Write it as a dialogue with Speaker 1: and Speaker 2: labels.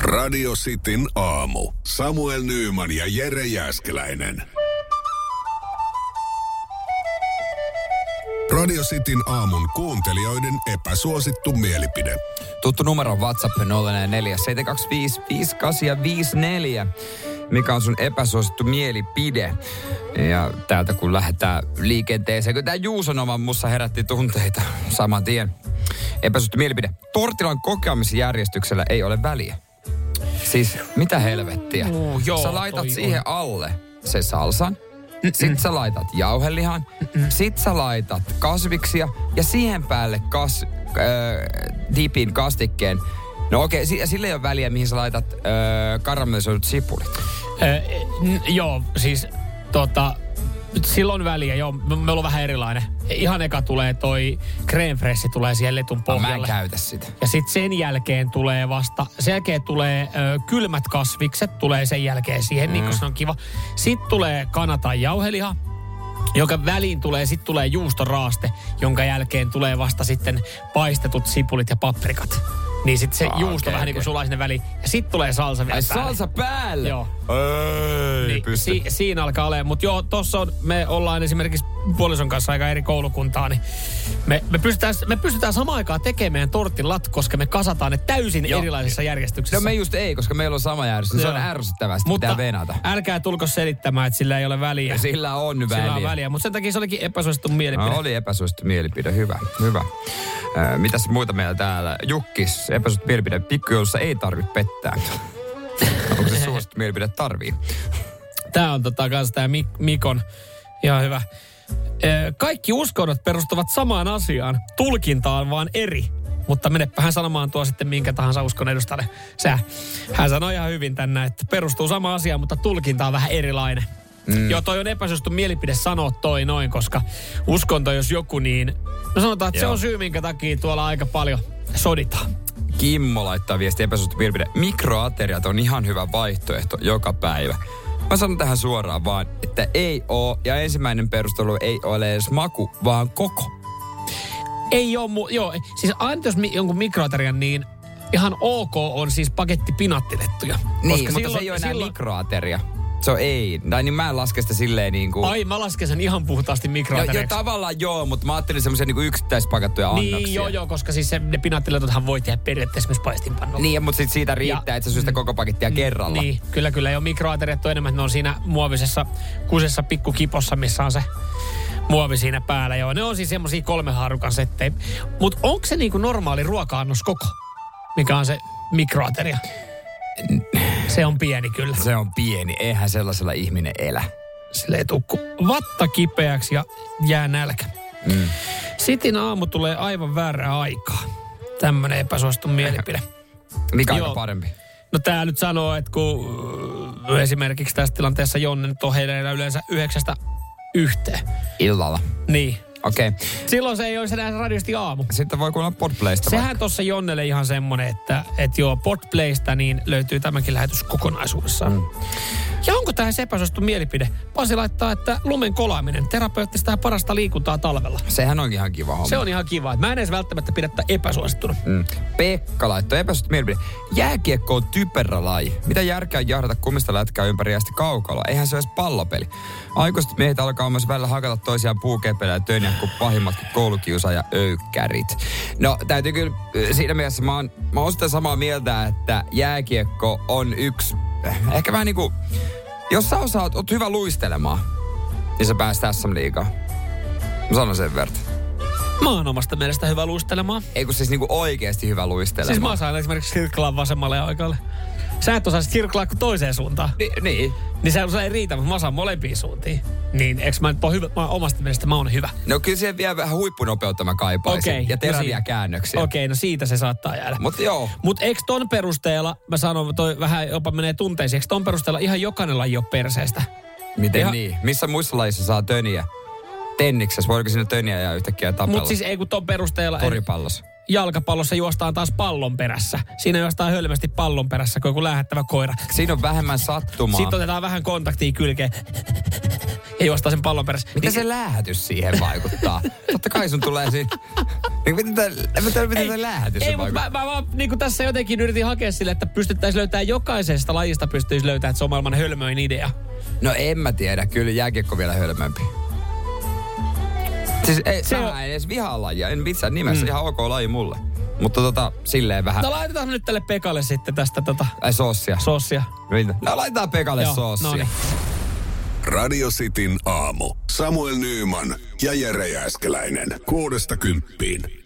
Speaker 1: Radio Cityn aamu. Samuel Nyyman ja Jere Jäskeläinen. Radio Cityn aamun kuuntelijoiden epäsuosittu mielipide.
Speaker 2: Tuttu numero on WhatsApp 0447255854, mikä on sun epäsuosittu mielipide. Ja täältä kun lähdetään liikenteeseen, kun tämä Juuson oma mussa herätti tunteita saman tien. Epäsuosittu mielipide. Tortilan kokeamisjärjestyksellä ei ole väliä. Siis mitä helvettiä?
Speaker 3: Uu, joo,
Speaker 2: Sä laitat
Speaker 3: toi
Speaker 2: siihen alle se salsan, sit sä laitat jauhelihan, sit sä laitat kasviksia ja siihen päälle kas, äh, dipin kastikkeen. No okei, si- sillä ei ole väliä, mihin sä laitat äh, karamellisoidut sipulit.
Speaker 3: Ö, n- joo, siis tota, silloin väliä, joo, me, me ollaan vähän erilainen. Ihan eka tulee toi creme fraiche tulee siihen letun
Speaker 2: No, mä en
Speaker 3: pohjalle.
Speaker 2: käytä sitä.
Speaker 3: ja sitten sen jälkeen tulee vasta, sen jälkeen tulee ö, kylmät kasvikset, tulee sen jälkeen siihen, mm. niin kun se on kiva. Sitten tulee kana tai jauheliha, jonka väliin tulee, sitten tulee juustoraaste, jonka jälkeen tulee vasta sitten paistetut sipulit ja paprikat. Niin sitten se
Speaker 2: Aa,
Speaker 3: Aa, juusto
Speaker 2: okei,
Speaker 3: okay, vähän niin kuin
Speaker 2: okei.
Speaker 3: sulaa sinne väliin. Ja sitten tulee salsa vielä
Speaker 2: Ai
Speaker 3: päälle.
Speaker 2: salsa päälle?
Speaker 3: Joo.
Speaker 2: Ei
Speaker 3: Niin,
Speaker 2: pysty.
Speaker 3: si- siinä alkaa olemaan. Mutta joo, tossa on, me ollaan esimerkiksi puolison kanssa aika eri koulukuntaa, niin me, me, pystytään, me pystytään samaan aikaan tekemään tortilat, koska me kasataan ne täysin
Speaker 2: Joo.
Speaker 3: joo. erilaisessa järjestyksessä.
Speaker 2: No me just ei, koska meillä on sama järjestys. Se on
Speaker 3: Joo.
Speaker 2: ärsyttävästi,
Speaker 3: Mutta
Speaker 2: pitää venata.
Speaker 3: älkää tulko selittämään, että sillä ei ole väliä.
Speaker 2: Sillä on väliä.
Speaker 3: Sillä on väliä, mutta sen takia se olikin epäsuosittu mielipide.
Speaker 2: No, oli epäsuosittu mielipide, hyvä, hyvä. Ö, mitäs muita meillä täällä? Jukkis, epäsuosittu mielipide, pikkujoulussa ei tarvitse pettää. Onko se suosittu mielipide? Tarvii.
Speaker 3: Tää on tota kans tää Mik- Mikon. Ihan hyvä. Ö, Kaikki uskonnot perustuvat samaan asiaan. Tulkinta on vaan eri. Mutta menepähän sanomaan tuo sitten minkä tahansa uskon edustajalle. Sä. Hän sanoi ihan hyvin tänne, että perustuu sama asia, mutta tulkinta on vähän erilainen. Mm. Joo, toi on epäsuosittu mielipide sanoa toi noin, koska uskonto jos joku, niin... No sanotaan, että Joo. se
Speaker 2: Joo.
Speaker 3: on syy, minkä takia tuolla aika paljon soditaan.
Speaker 2: Kimmo laittaa viesti epäsuosittu mielipide. Mikroateriat on ihan hyvä vaihtoehto joka päivä. Mä sanon tähän suoraan vaan, että ei oo, ja ensimmäinen perustelu ei ole edes maku, vaan koko.
Speaker 3: Niin, Ei ole mu- joo, siis aina jos mi- jonkun mikroaterian, niin ihan ok on siis paketti pinattilettuja.
Speaker 2: Niin, mutta se ei ole enää mikroateria. Se on ei. Tai niin mä en laske sitä silleen niin kuin...
Speaker 3: Ai, mä lasken sen ihan puhtaasti
Speaker 2: Jo, jo,
Speaker 3: mikroateriaksi.
Speaker 2: tavallaan joo, mutta mä ajattelin semmoisia niinku yksittäispakattuja annoksia.
Speaker 3: niin, joo, joo, koska siis se, ne pinattiletuthan voi tehdä periaatteessa myös paistinpannulla.
Speaker 2: Niin, mutta sit siitä riittää,
Speaker 3: No, Ja- Mm.
Speaker 2: että sä syöt sitä koko pakettia kerralla.
Speaker 3: Niin, kyllä, kyllä. Ei ole mikroateriat on enemmän, että ne on siinä muovisessa kusessa pikkukipossa, missä on se muovi siinä päällä. Joo, ne on siis semmosia kolme haarukan settejä. Mutta onko se niinku normaali ruoka-annos koko, mikä on se mikroateria? Se on pieni kyllä.
Speaker 2: Se on pieni, eihän sellaisella ihminen elä.
Speaker 3: Sille ei tukku vatta kipeäksi ja jää nälkä.
Speaker 2: Mm.
Speaker 3: Sitin aamu tulee aivan väärää aikaa. Tämmönen epäsuosittu mielipide.
Speaker 2: Mikä on
Speaker 3: Joo.
Speaker 2: aika parempi?
Speaker 3: No tää nyt sanoo, että kun äh, esimerkiksi tässä tilanteessa Jonne nyt on heillä yleensä yhdeksästä yhteen.
Speaker 2: Illalla.
Speaker 3: Niin.
Speaker 2: Okei. Okay.
Speaker 3: Silloin se ei olisi enää radiosti aamu.
Speaker 2: Sitten voi kuulla Podplaysta. vai?
Speaker 3: Sehän tuossa Jonnelle ihan semmonen, että, että joo, Podplaysta niin löytyy tämäkin lähetys kokonaisuudessaan. Mm. Ja onko tähän se epäsuosittu mielipide? Pasi laittaa, että lumen kolaaminen, terapeuttista ja parasta liikuntaa talvella.
Speaker 2: Sehän onkin ihan kiva homma.
Speaker 3: Se on ihan kiva. Mä en edes välttämättä pidä tätä epäsuosittuna.
Speaker 2: Mm. Pekka laittoi epäsuosittu mielipide. Jääkiekko on typerä laji. Mitä järkeä on jahdata kumista lätkää ympäri asti kaukalla? Eihän se ole edes pallopeli. Aikuiset miehet alkaa myös välillä hakata toisiaan puukepelä ja töniä kuin pahimmat kuin koulukiusa ja öykkärit. No täytyy kyllä, äh, siinä mielessä mä oon, mä oon sitä samaa mieltä, että jääkiekko on yksi, äh, ehkä vähän niinku, jos sä osaat, oot hyvä luistelemaan, niin sä pääst SM-liigaan. Mä sanon sen verran.
Speaker 3: Mä oon omasta mielestä hyvä luistelemaan.
Speaker 2: Ei kun siis niinku oikeesti hyvä luistelemaan.
Speaker 3: Siis mä osaan esimerkiksi sirklaan vasemmalle ja oikealle. Sä et osaa sirklaa kuin toiseen suuntaan.
Speaker 2: Ni, niin.
Speaker 3: Niin se se ei riitä, mutta mä osaan molempiin suuntiin. Niin, eks mä nyt oo hyvä? Mä oon omasta mielestä mä oon hyvä.
Speaker 2: No kyllä siihen vielä vähän huippunopeutta mä kaipaisin.
Speaker 3: Okei,
Speaker 2: ja
Speaker 3: no
Speaker 2: teräviä
Speaker 3: siinä.
Speaker 2: käännöksiä.
Speaker 3: Okei, okay, no siitä se saattaa jäädä.
Speaker 2: Mutta joo,
Speaker 3: Mut eks ton perusteella, mä sanon, toi vähän jopa menee tunteisiin, eks ton perusteella ihan jokainen laji on perseestä?
Speaker 2: miten
Speaker 3: Ihan-
Speaker 2: niin? Missä muissa lajissa saa töniä? Tenniksessä, voiko sinne töniä ja yhtäkkiä tapella?
Speaker 3: Mut siis ei kun ton perusteella...
Speaker 2: Koripallossa.
Speaker 3: jalkapallossa juostaan taas pallon perässä. Siinä juostaan hölmästi pallon perässä, kun joku lähettävä koira.
Speaker 2: Siinä on vähemmän sattumaa.
Speaker 3: Sitten otetaan vähän kontaktia kylkeen ja juostaan sen pallon perässä.
Speaker 2: Miten se lähetys siihen vaikuttaa? Totta kai sun tulee siinä... Niin miten tämä miten, miten tää lähetys
Speaker 3: ei, mutta
Speaker 2: vaikuttaa?
Speaker 3: mä, mä, vaan niin tässä jotenkin yritin hakea sille, että pystyttäisiin löytää jokaisesta lajista, pystyisi löytää, että se on maailman hölmöin idea.
Speaker 2: No en mä tiedä, kyllä jääkiekko vielä hölmömpi. Siis ei,
Speaker 3: Se
Speaker 2: se mä
Speaker 3: on-
Speaker 2: en edes vihaa lajia, en missään nimessä, mm. ihan ok laji mulle. Mutta tota, silleen vähän.
Speaker 3: No laitetaan nyt tälle Pekalle sitten tästä tota
Speaker 2: Ai sossia.
Speaker 3: sossia.
Speaker 2: Mitä? No laitetaan Pekalle
Speaker 3: Joo,
Speaker 2: sossia.
Speaker 3: no niin.
Speaker 1: Radio Cityn aamu. Samuel Nyyman ja Jere Jääskeläinen. Kuudesta kymppiin.